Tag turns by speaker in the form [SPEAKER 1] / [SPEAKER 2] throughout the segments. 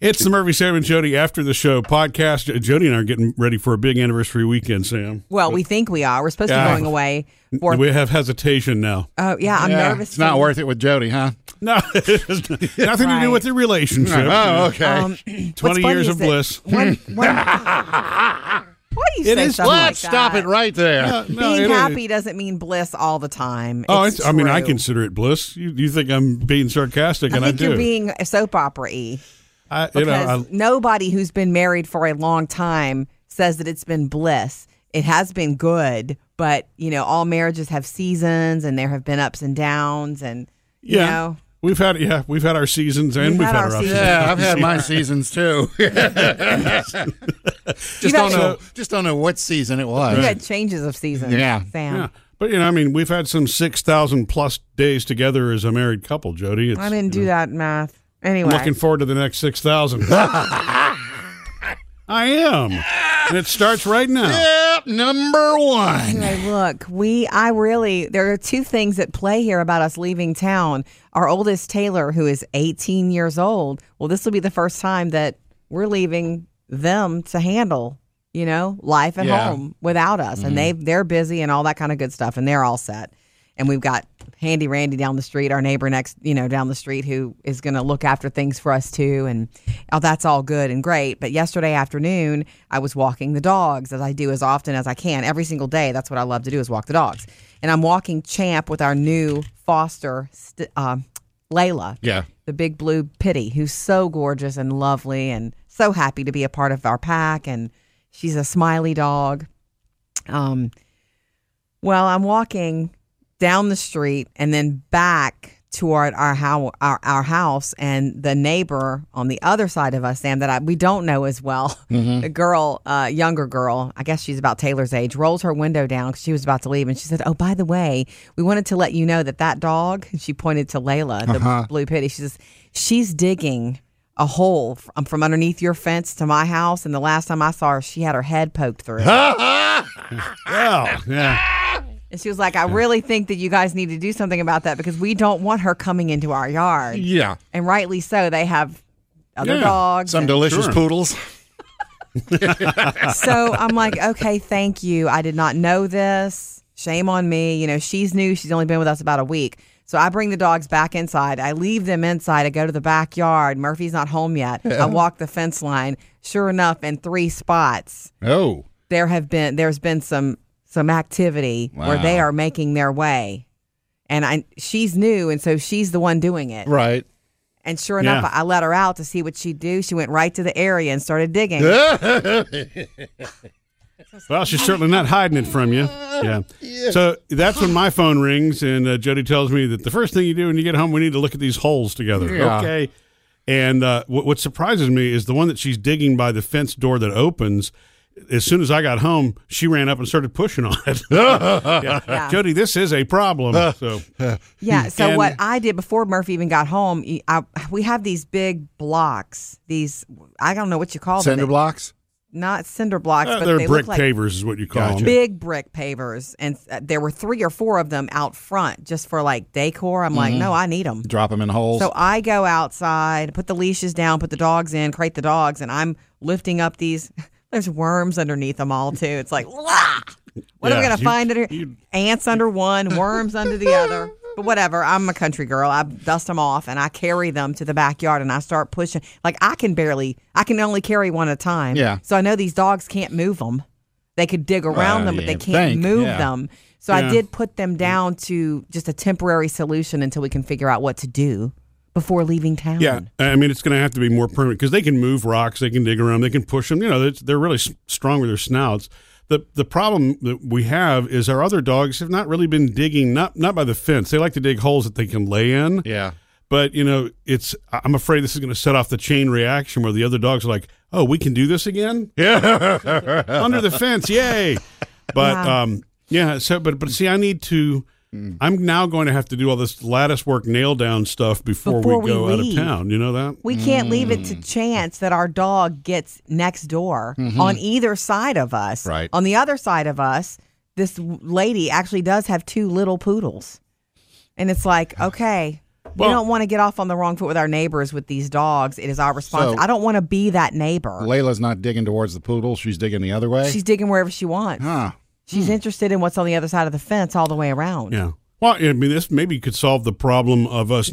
[SPEAKER 1] It's the Murphy, Sam, and Jody after the show podcast. Jody and I are getting ready for a big anniversary weekend, Sam.
[SPEAKER 2] Well, we think we are. We're supposed to
[SPEAKER 1] Yeah.
[SPEAKER 2] be going away for.
[SPEAKER 1] We have hesitation now.
[SPEAKER 2] oh yeah, I'm
[SPEAKER 3] Yeah,
[SPEAKER 2] nervous.
[SPEAKER 3] It's not worth it with Jody, huh?
[SPEAKER 1] No, it's nothing to
[SPEAKER 2] Right.
[SPEAKER 1] do with the relationship.
[SPEAKER 3] Oh, okay.
[SPEAKER 2] Um, what's
[SPEAKER 1] 20
[SPEAKER 2] funny
[SPEAKER 1] years
[SPEAKER 2] is
[SPEAKER 1] of
[SPEAKER 2] that
[SPEAKER 1] bliss.
[SPEAKER 2] When, when, why do you
[SPEAKER 1] It
[SPEAKER 2] say
[SPEAKER 1] is-
[SPEAKER 2] something like
[SPEAKER 3] Let's stop
[SPEAKER 2] that?
[SPEAKER 3] it right there.
[SPEAKER 1] Uh, no,
[SPEAKER 2] Being
[SPEAKER 1] it-
[SPEAKER 2] happy doesn't mean bliss all the time.
[SPEAKER 1] Oh,
[SPEAKER 2] It's
[SPEAKER 1] it's, I mean, I
[SPEAKER 2] true.
[SPEAKER 1] consider it bliss. You, you think I'm being sarcastic, and
[SPEAKER 2] I
[SPEAKER 1] I,
[SPEAKER 2] think
[SPEAKER 1] do.
[SPEAKER 2] you're being soap opera y
[SPEAKER 1] I, you know,
[SPEAKER 2] because
[SPEAKER 1] I,
[SPEAKER 2] nobody who's been married for a long time says that it's been bliss. It has been good, but you know, all marriages have seasons and there have been ups and downs and you
[SPEAKER 1] yeah,
[SPEAKER 2] know
[SPEAKER 1] we've had yeah, we've had our seasons, and
[SPEAKER 2] We've
[SPEAKER 1] we've,
[SPEAKER 2] had
[SPEAKER 1] had,
[SPEAKER 2] our
[SPEAKER 1] our ups.
[SPEAKER 2] seasons.
[SPEAKER 3] yeah, I've had my seasons too. just don't know. Just don't know what season it was.
[SPEAKER 2] we've had changes of seasons.
[SPEAKER 3] Yeah.
[SPEAKER 2] Sam.
[SPEAKER 1] Yeah, but you know, I mean, we've had some six thousand plus days together as a married couple, Jody. It's,
[SPEAKER 2] I didn't do that math.
[SPEAKER 1] I'm
[SPEAKER 2] Anyway,
[SPEAKER 1] looking forward to the next six thousand. I am, and it starts right now.
[SPEAKER 3] Yep, number one.
[SPEAKER 2] Anyway, look, we, I really, there are two things at play here about us leaving town. Our oldest Taylor, who is 18 years old, well, this will be the first time that we're leaving them to handle, you know, life at
[SPEAKER 3] Yeah.
[SPEAKER 2] home without us. And they, they're busy and all that kind of good stuff, and they're all set. And we've got Handy Randy down the street, our neighbor next, you know, down the street, who is going to look after things for us too. And oh, that's all good and great. But yesterday afternoon, I was walking the dogs as I do as often as I can every single day. That's what I love to do is walk the dogs. And I'm walking Champ with our new foster, st- uh, Layla
[SPEAKER 3] Yeah.
[SPEAKER 2] the big blue pity, who's so gorgeous and lovely and so happy to be a part of our pack. And she's a smiley dog. Um, well, I'm walking down the street and then back toward our, how, our our house, and the neighbor on the other side of us, Sam, that I, we don't know as well, the girl, uh, younger girl, I guess she's about Taylor's age, rolls her window down 'cause she was about to leave, and she said, "Oh, by the way, we wanted to let you know that that dog." She pointed to Layla, the blue pitty. She says, "She's digging." A hole f- um, from underneath your fence to my house, and the last time I saw her, she had her head poked through.
[SPEAKER 1] Wow, yeah,
[SPEAKER 2] And she was like, I really think that you guys need to do something about that because we don't want her coming into our yard.
[SPEAKER 3] Yeah.
[SPEAKER 2] And rightly so, they have other
[SPEAKER 1] Yeah,
[SPEAKER 2] dogs.
[SPEAKER 3] Some
[SPEAKER 2] and-
[SPEAKER 3] delicious
[SPEAKER 1] Sure.
[SPEAKER 3] poodles.
[SPEAKER 2] so I'm like, okay, thank you. I did not know this. Shame on me. You know, she's new. She's only been with us about a week. So I bring the dogs back inside. I leave them inside. I go to the backyard. Murphy's not home yet. I walk the fence line. Sure enough, in three spots,
[SPEAKER 3] Oh.
[SPEAKER 2] there have been there's been some some activity where
[SPEAKER 3] Wow.
[SPEAKER 2] they are making their way and I she's new and so she's the one doing it
[SPEAKER 3] Right.
[SPEAKER 2] and sure enough
[SPEAKER 1] Yeah.
[SPEAKER 2] I let her out to see what she'd do she went right to the area and started digging
[SPEAKER 1] well, she's certainly not hiding it from you. Yeah. So that's when my phone rings, and uh, Jody tells me that the first thing you do when you get home, we need to look at these holes together.
[SPEAKER 3] Yeah.
[SPEAKER 1] Okay. And uh, what, what surprises me is the one that she's digging by the fence door that opens. As soon as I got home, she ran up and started pushing on it. Yeah.
[SPEAKER 2] Yeah.
[SPEAKER 1] Jody, this is a problem. So
[SPEAKER 2] yeah so
[SPEAKER 1] And-
[SPEAKER 2] what I did before Murphy even got home y- I- we have these big blocks these I don't know what you call
[SPEAKER 3] Cinder
[SPEAKER 2] them
[SPEAKER 3] blocks.
[SPEAKER 2] not cinder blocks
[SPEAKER 1] uh,
[SPEAKER 2] but
[SPEAKER 1] they're
[SPEAKER 2] they
[SPEAKER 1] brick
[SPEAKER 2] look like
[SPEAKER 1] pavers, is what you call
[SPEAKER 3] Gotcha.
[SPEAKER 1] them.
[SPEAKER 2] big brick pavers and uh, there were 3 or 4 of them out front just for like decor I'm
[SPEAKER 1] Mm-hmm.
[SPEAKER 2] like no I need them
[SPEAKER 3] Drop them in holes.
[SPEAKER 2] So I go outside, put the leashes down, put the dogs in, crate the dogs, and I'm lifting up these. There's worms underneath them all too. It's like, "Wah!" what are
[SPEAKER 1] Yeah,
[SPEAKER 2] we gonna
[SPEAKER 1] you-
[SPEAKER 2] find under
[SPEAKER 1] you-
[SPEAKER 2] Ants under one, worms under the other. But whatever. I'm a country girl. I dust them off and I carry them to the backyard and I start pushing. Like I can barely, I can only carry one at a time.
[SPEAKER 3] Yeah.
[SPEAKER 2] So I know these dogs can't move them. They could dig around
[SPEAKER 3] Well,
[SPEAKER 2] them, but they
[SPEAKER 3] you'd
[SPEAKER 2] can't
[SPEAKER 3] think,
[SPEAKER 2] move
[SPEAKER 3] yeah.
[SPEAKER 2] them. Um, So I
[SPEAKER 1] Yeah.
[SPEAKER 2] did put them down to just a temporary solution until we can figure out what to do before leaving town.
[SPEAKER 1] Yeah, I mean it's going to have to be more permanent because they can move rocks, they can dig around, they can push them. You know, it's- they're really s- strong with their snouts. the The problem that we have is our other dogs have not really been digging not not by the fence. They like to dig holes that they can lay in.
[SPEAKER 3] yeah.
[SPEAKER 1] But you know, it's I- I'm afraid this is going to set off the chain reaction where the other dogs are like, "Oh, we can do this again." Yeah, under the fence, yay! But um, yeah. So, but but see, I need to. I'm now going to have to do all this lattice work, nail down stuff before,
[SPEAKER 2] Before we
[SPEAKER 1] we go out of
[SPEAKER 2] leave.
[SPEAKER 1] town. You know that?
[SPEAKER 2] We can't leave it to
[SPEAKER 1] Mm.
[SPEAKER 2] chance that our dog gets next door
[SPEAKER 1] Mm-hmm.
[SPEAKER 2] on either side of us.
[SPEAKER 3] Right.
[SPEAKER 2] On the other side of us, this w- lady actually does have two little poodles. And it's like, okay,
[SPEAKER 1] Well-
[SPEAKER 2] we don't want to get off on the wrong foot with our neighbors with these dogs. It is our response.
[SPEAKER 3] So-
[SPEAKER 2] I don't want to be that neighbor.
[SPEAKER 3] Layla's not digging towards the poodle. She's digging the other way.
[SPEAKER 2] She's digging wherever she wants.
[SPEAKER 3] huh.
[SPEAKER 2] She's interested in what's on the other side of the fence all the way around.
[SPEAKER 1] Yeah. Well, I mean, this maybe could solve the problem of us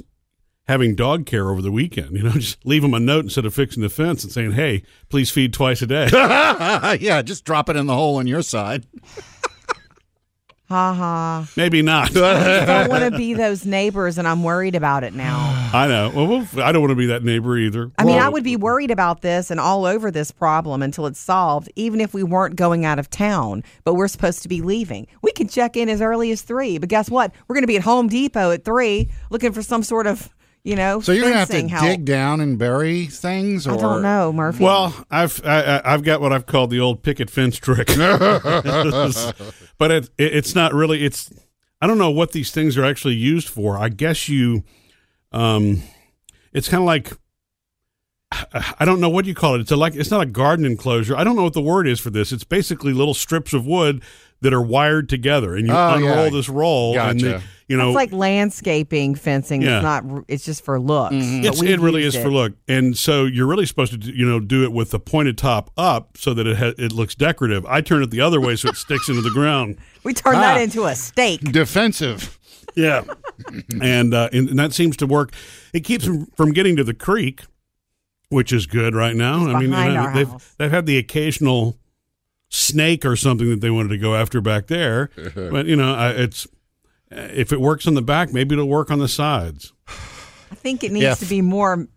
[SPEAKER 1] having dog care over the weekend. You know, just leave them a note instead of fixing the fence and saying, "Hey, please feed twice a day."
[SPEAKER 3] yeah, just drop it in the hole on your side.
[SPEAKER 2] Ha ha.
[SPEAKER 1] maybe not.
[SPEAKER 2] I don't want to be those neighbors, and I'm worried about it now.
[SPEAKER 1] I know. Well, we'll, I don't want to be that neighbor either.
[SPEAKER 2] I mean, I would be worried about this and all over this problem until it's solved, even if we weren't going out of town, but we're supposed to be leaving. We can check in as early as three, but guess what? We're going to be at Home Depot at three looking for some sort of, you know,
[SPEAKER 3] So you're gonna have to
[SPEAKER 2] fencing help.
[SPEAKER 3] dig down and bury things, or
[SPEAKER 2] I don't know, Murphy.
[SPEAKER 1] Well, I've I, I- I've got what I've called the old picket fence trick, but it, it it's not really. It's I don't know what these things are actually used for. I guess you, um, it's kind of like I I don't know what you call it. It's a like it's not a garden enclosure. I don't know what the word is for this. It's basically little strips of wood that are wired together, and you
[SPEAKER 3] Oh,
[SPEAKER 1] unroll
[SPEAKER 3] yeah.
[SPEAKER 1] this roll, and the,
[SPEAKER 3] Gotcha.
[SPEAKER 1] you know
[SPEAKER 2] it's like landscaping fencing.
[SPEAKER 1] Yeah. Mm-hmm.
[SPEAKER 2] It's not. r- It's just for looks. but
[SPEAKER 1] It's,
[SPEAKER 2] we've
[SPEAKER 1] it really is
[SPEAKER 2] used
[SPEAKER 1] for look, and so you're really supposed to do- you know do it with the pointed top up so that it ha- it looks decorative. I turn it the other way so it sticks into the ground.
[SPEAKER 2] We turned that
[SPEAKER 3] Ah.
[SPEAKER 2] into a steak.
[SPEAKER 3] defensive.
[SPEAKER 1] Yeah, and, uh, and and that seems to work. It keeps them from getting to the creek, which is good right now. I mean,
[SPEAKER 2] behind
[SPEAKER 1] you know,
[SPEAKER 2] our
[SPEAKER 1] they've
[SPEAKER 2] house.
[SPEAKER 1] they've had the occasional snake or something that they wanted to go after back there, but you know, I, it's if it works on the back, maybe it'll work on the sides.
[SPEAKER 2] I think it needs
[SPEAKER 3] Yes.
[SPEAKER 2] to be more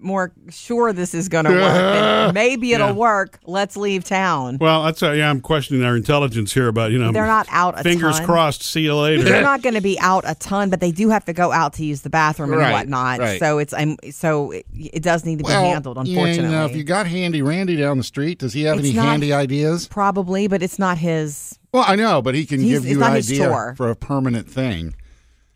[SPEAKER 2] more sure this is going to work. And Maybe it'll
[SPEAKER 1] Yeah.
[SPEAKER 2] work. Let's leave town.
[SPEAKER 1] Well, that's uh, yeah. I'm questioning our intelligence here about you know
[SPEAKER 2] They're not out a
[SPEAKER 1] Fingers
[SPEAKER 2] ton.
[SPEAKER 1] crossed. See you
[SPEAKER 2] They're
[SPEAKER 1] later.
[SPEAKER 2] not going to be out a ton, but they do have to go out to use the bathroom and
[SPEAKER 3] Right,
[SPEAKER 2] whatnot.
[SPEAKER 3] right.
[SPEAKER 2] So it's um, so it, it does need to be handled. Unfortunately,
[SPEAKER 3] you know, if you got Handy Randy down the street, does he have
[SPEAKER 2] It's
[SPEAKER 3] any
[SPEAKER 2] not-
[SPEAKER 3] handy ideas?
[SPEAKER 2] probably, but it's not his.
[SPEAKER 3] Well, I know, but he can
[SPEAKER 2] He's-
[SPEAKER 3] give
[SPEAKER 2] it's
[SPEAKER 3] you
[SPEAKER 2] not
[SPEAKER 3] an
[SPEAKER 2] his
[SPEAKER 3] idea
[SPEAKER 2] chore.
[SPEAKER 3] for a permanent thing.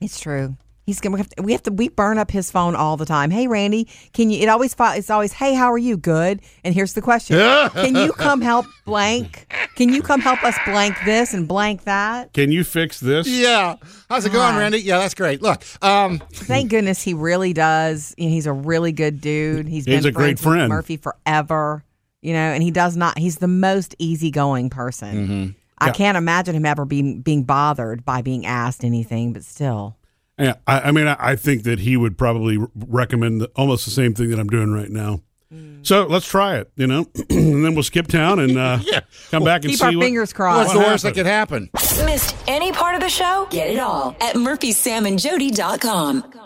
[SPEAKER 2] It's true. He's gonna we have, to, we have to we burn up his phone all the time. Hey Randy, can you? It always fi- it's always hey how are you good? And here's the question: Can you come help blank? Can you come help us blank this and blank that?
[SPEAKER 1] Can you fix this?
[SPEAKER 3] Yeah, how's it going, Randy? Yeah, that's great. Look, um,
[SPEAKER 2] Thank goodness he really does. You know, he's a really good dude. He's
[SPEAKER 1] He's
[SPEAKER 2] been
[SPEAKER 1] a great
[SPEAKER 2] friends with
[SPEAKER 1] friend.
[SPEAKER 2] Murphy forever. You know, and he does not. He's the most easygoing person.
[SPEAKER 1] Mm-hmm.
[SPEAKER 2] I can't imagine him ever being being bothered by being asked anything. But still,
[SPEAKER 1] Yeah, I, I mean, I, I think that he would probably r- recommend the, almost the same thing that I'm doing right now.
[SPEAKER 2] Mm.
[SPEAKER 1] So let's try it, you know, and then we'll skip town and uh, come back and
[SPEAKER 2] keep
[SPEAKER 1] see
[SPEAKER 2] our
[SPEAKER 1] what-
[SPEAKER 2] fingers crossed.
[SPEAKER 3] what's the worst that
[SPEAKER 1] happened?
[SPEAKER 3] could happen?
[SPEAKER 4] Missed any part of the show? Get it all at murphysamandjody.com.